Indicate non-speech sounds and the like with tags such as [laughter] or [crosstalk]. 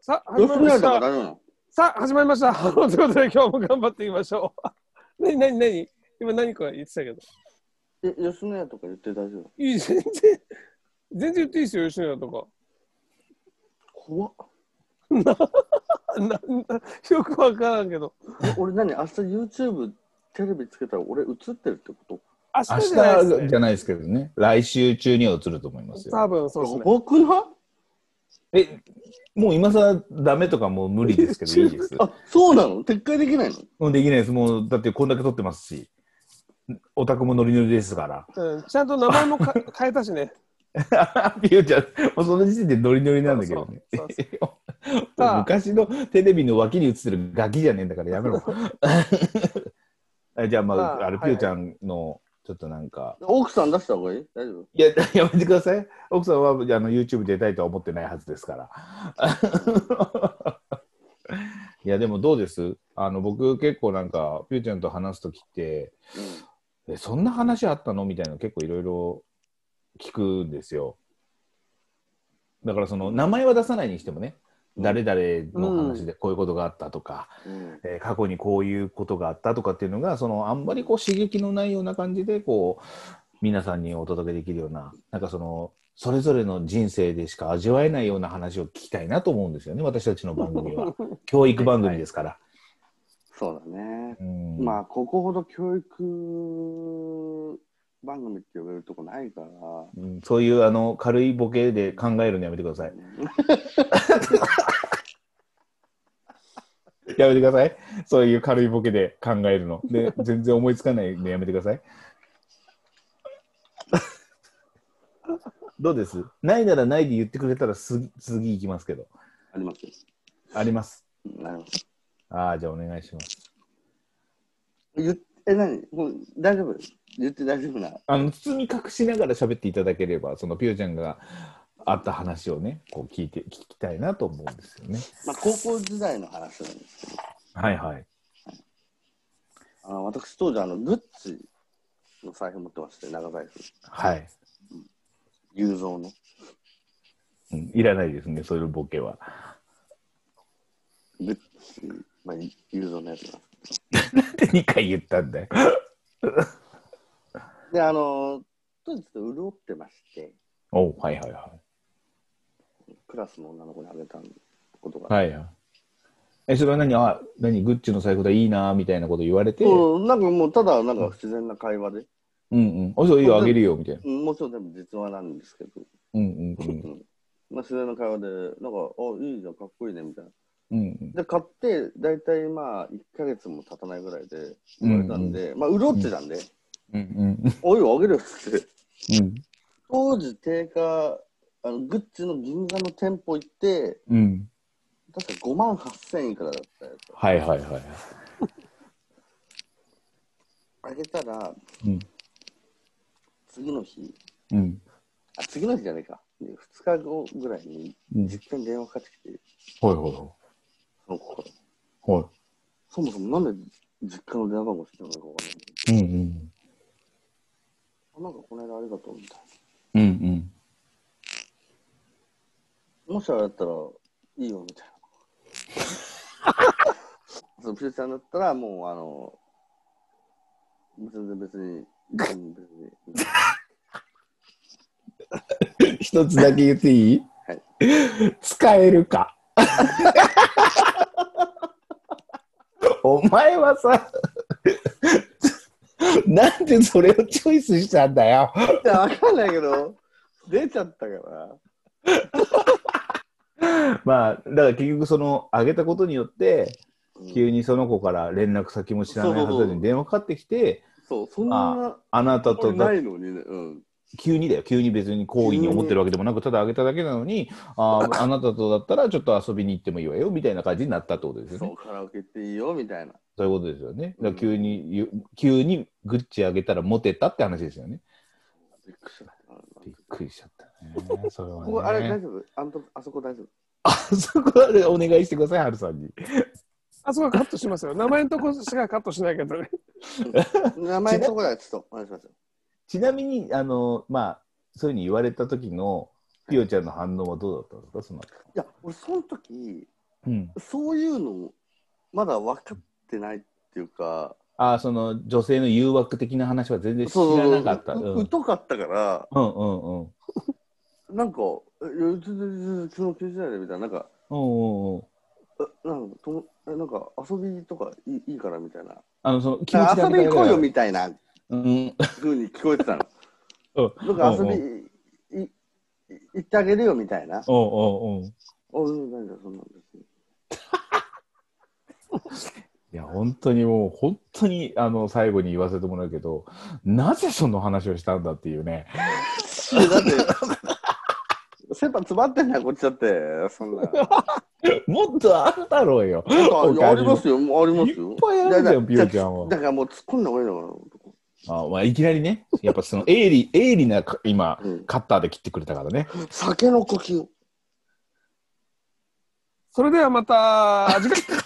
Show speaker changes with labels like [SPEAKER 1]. [SPEAKER 1] さあ、
[SPEAKER 2] ロ
[SPEAKER 1] 始ま
[SPEAKER 2] スト
[SPEAKER 1] りま
[SPEAKER 2] になる
[SPEAKER 1] し
[SPEAKER 2] とか
[SPEAKER 1] た。
[SPEAKER 2] 大丈夫なの
[SPEAKER 1] さあ、始まりました。 [laughs] ということで、今日も頑張っていきましょう。何、何、何今何か言ってたけど。
[SPEAKER 2] え、吉野家とか言って大丈夫
[SPEAKER 1] いい、全然、全然言っていいですよ、吉野家とか。
[SPEAKER 2] 怖っ。
[SPEAKER 1] なんだ、よくわからんけど。
[SPEAKER 2] え俺何明日 YouTube テレビつけたら俺映ってるってこ
[SPEAKER 1] 明
[SPEAKER 3] 明
[SPEAKER 1] 日じゃないです
[SPEAKER 3] 日じ
[SPEAKER 1] ね。
[SPEAKER 3] ゃないですけどね、来週中には映ると思いますよ。
[SPEAKER 1] 多分そう
[SPEAKER 2] と
[SPEAKER 1] ですね。
[SPEAKER 2] やばくない
[SPEAKER 3] え、もう今さらダメとかもう無理ですけど、いい
[SPEAKER 1] [laughs]
[SPEAKER 3] です。
[SPEAKER 2] あ、そうなの撤回できないの
[SPEAKER 3] もうできないです。もう、だってこんだけ撮ってますし、オタクもノリノリですから。
[SPEAKER 1] うん、ちゃんと名前も [laughs] か変えたしね。
[SPEAKER 3] [laughs] ピューちゃん、もうその時点でノリノリなんだけどね。
[SPEAKER 1] そうそ
[SPEAKER 3] [laughs]
[SPEAKER 1] さあ
[SPEAKER 3] 昔のテレビの脇に映ってるガキじゃねえんだからや
[SPEAKER 1] [laughs]
[SPEAKER 3] めろ。はいじゃあ、ま
[SPEAKER 1] さあ
[SPEAKER 3] あ、あれ、
[SPEAKER 1] は
[SPEAKER 3] ピ
[SPEAKER 1] い
[SPEAKER 3] ューちゃんの、ちょっとなんか、
[SPEAKER 2] 奥さん出した方がいい大丈夫
[SPEAKER 3] いや、 [laughs] やめてください。奥さんはあの YouTube 出たいとは思ってないはずですから。 [laughs] いや、でもどうですあの僕、結構なんか、ピューちゃんと話すときって、えそんな話あったのみたいなの結構いろいろ聞くんですよ。だから、その名前は出さないにしてもね、誰々の話でこういうことがあったとか、
[SPEAKER 2] うん。うん
[SPEAKER 3] えー過去にこういうことがあったとかっていうのがそのあんまりこう刺激のないような感じでこう皆さんにお届けできるようななんかそのそれぞれの人生でしか味わえないような話を聞きたいなと思うんですよね私たちの番
[SPEAKER 2] [laughs]
[SPEAKER 3] 組は教育番組ですから。
[SPEAKER 2] そうだね。
[SPEAKER 3] うん
[SPEAKER 2] まあ、ここほど教育番組って呼べるとこないから。
[SPEAKER 3] うんそういうあの軽いボケで考えるのやめてください。 [laughs] やめてください。そういう軽いボケで考えるの。で、全然思いつかないのやめてください。どうですないならないで言ってくれたらす次行きますけど。
[SPEAKER 2] ありますよ。
[SPEAKER 3] あります。
[SPEAKER 2] うんあります。
[SPEAKER 3] ああ、じゃあお願いします。
[SPEAKER 2] 言っえ、何もう大丈夫言って大丈夫な。
[SPEAKER 3] あの、包み隠しながら喋っていただければ、そのピューちゃんがあった話をね、こう聞いて、聞きたいなと思うんですよね。
[SPEAKER 2] まあ、高校時代の話なんですけど、
[SPEAKER 3] はいはい。
[SPEAKER 2] あの私当時、あの、グッチの財布持ってまして、長財布。
[SPEAKER 3] はい。
[SPEAKER 2] 雄三の。
[SPEAKER 3] うんいらないですね、そういうボケは。 [laughs]
[SPEAKER 2] グッチ、まあ、雄三のやつなんです
[SPEAKER 3] って2回言ったんだよ。
[SPEAKER 2] で、あの、当時ちょっと潤ってまして、
[SPEAKER 3] [laughs] おうはいはいはい。
[SPEAKER 2] クラスの女の子にあげたことが。
[SPEAKER 3] はいはい。え、それは何あ、何グッチの財布だ、いいな、みたいなこと言われて、うん
[SPEAKER 2] うん、なんかもう、ただ、なんか不自然な会話で、
[SPEAKER 3] うん、あ、そう、いいよ、あげるよ、みたいな。
[SPEAKER 2] うんもちろん全部実話なんですけど、
[SPEAKER 3] うんうんうん。
[SPEAKER 2] うんまあ、自然な会話で、なんか、あ、いいじゃん、かっこいいね、みたいな。
[SPEAKER 3] うん
[SPEAKER 2] で、買って、大体まあ、1ヶ月も経たないぐらいで、言われたんで、まあ、潤ってたんで、
[SPEAKER 3] うん。うん
[SPEAKER 2] おいおい、あげるよっって。
[SPEAKER 3] うん。
[SPEAKER 2] 当時、定価、あの、グッチの銀座の店舗行って、
[SPEAKER 3] うん。
[SPEAKER 2] 確か5万8000いくらだったやつ。
[SPEAKER 3] はいはいはい。
[SPEAKER 2] あげたら、
[SPEAKER 3] うん。
[SPEAKER 2] 次の日、
[SPEAKER 3] うん。
[SPEAKER 2] あ、次の日じゃねえか。2日後ぐらいに、
[SPEAKER 3] うん
[SPEAKER 2] 実家に電話かかってきて、
[SPEAKER 3] はいはいは
[SPEAKER 2] その子から
[SPEAKER 3] い。は
[SPEAKER 2] そもそもなんで実家の電話番号知ってるのかわかんないけ
[SPEAKER 3] い。うんうん。
[SPEAKER 2] ど。あなんかこの間ありがとうみたい
[SPEAKER 3] うんうん。
[SPEAKER 2] な。もしあれだったら、いいよみたい [laughs] な。そのピューちゃんだったら、もうあの、全然別に、うん別に。
[SPEAKER 3] 一つだけ言っていい
[SPEAKER 2] はい
[SPEAKER 3] 使えるか。お前はさ、なんでそれをチョイスしたんだよ。
[SPEAKER 2] いや、わかんないけど、出ちゃったから。
[SPEAKER 3] まあ、だから結局その、あげたことによって、
[SPEAKER 2] うん
[SPEAKER 3] 急にその子から連絡先も知らないはずなのに電話かかってきて、
[SPEAKER 2] そう、そんな、
[SPEAKER 3] あなた
[SPEAKER 2] ことれ
[SPEAKER 3] だ
[SPEAKER 2] ないのにね。うん。
[SPEAKER 3] 急にだよ、急に別に好意に思ってるわけでもなく、ただあげただけなのに、
[SPEAKER 2] [laughs]
[SPEAKER 3] あーあなたとだったらちょっと遊びに行ってもいいわよ、みたいな感じになったってことですよ
[SPEAKER 2] そう、。
[SPEAKER 3] ね
[SPEAKER 2] カラオケ行っていいよ、みたいな。
[SPEAKER 3] そういうことですよね。
[SPEAKER 2] う
[SPEAKER 3] だか
[SPEAKER 2] ん
[SPEAKER 3] ら急に、ゆ急にグッチあげたらモテたって話ですよね。
[SPEAKER 2] びっくりした。うん
[SPEAKER 3] びっくりしちゃったね。それ
[SPEAKER 2] ここ、あ
[SPEAKER 3] は
[SPEAKER 2] れ大
[SPEAKER 3] ね。
[SPEAKER 2] 丈夫あんと、あそこ大丈夫
[SPEAKER 3] [laughs] あそこはねお願いしてください、ハルさんに。
[SPEAKER 1] あそこはカットしますよ。名前のとこしかカットしないけどね。
[SPEAKER 2] 名前のとこだよ、ちょっとお願いしますよ。
[SPEAKER 3] ちなみに、あの、まあ、そういうふうに言われた時の、ピオちゃんの反応はどうだったんですか、その
[SPEAKER 2] い
[SPEAKER 3] 後。
[SPEAKER 2] や、俺、その時、
[SPEAKER 3] うん。
[SPEAKER 2] そういうの、まだ分かってないっていうか、
[SPEAKER 3] ああ、その女性の誘惑的な話は全然知
[SPEAKER 2] そう
[SPEAKER 3] らなかった。うん
[SPEAKER 2] う
[SPEAKER 3] うん
[SPEAKER 2] う疎かったから、
[SPEAKER 3] うんうん。
[SPEAKER 2] なんか、え全然その気にしないでみたいな、なんか、
[SPEAKER 3] うんうんうん。
[SPEAKER 2] えなんかともえなんか遊びとかいいいいからみたいな。
[SPEAKER 3] あの、その気持ち
[SPEAKER 2] 遊びに行こうよみたいな
[SPEAKER 3] うん。
[SPEAKER 2] ふうに聞こえてたの。
[SPEAKER 3] [laughs] うん
[SPEAKER 2] なんか遊
[SPEAKER 3] う
[SPEAKER 2] び
[SPEAKER 3] ん
[SPEAKER 2] いい行ってあげるよみたいな。
[SPEAKER 3] おうんうん。
[SPEAKER 2] おうん、なんだ、そんなんですね。
[SPEAKER 3] いや、本当にもう、本当に、あの、最後に言わせてもらうけど、なぜその話をしたんだっていうね。 [laughs]
[SPEAKER 2] いやだって、 [laughs] 先輩詰まってんだよ、こっちだって。そ
[SPEAKER 3] [laughs]
[SPEAKER 2] んな。なんか
[SPEAKER 3] もっとあるだろうよ。
[SPEAKER 2] いやあ
[SPEAKER 3] 他に
[SPEAKER 2] り
[SPEAKER 3] も
[SPEAKER 2] ますよ、もうありますよ。
[SPEAKER 3] いっぱいあるじゃん
[SPEAKER 2] だから
[SPEAKER 3] ピヨちゃんは
[SPEAKER 2] だからもう突っ込んだ方がいいのかな男
[SPEAKER 3] あまあ、いきなりね、やっぱその鋭利、鋭利なか、今、
[SPEAKER 2] うん
[SPEAKER 3] カッターで切ってくれたからね。
[SPEAKER 2] 酒の呼吸。
[SPEAKER 1] [laughs] それではまた、次回。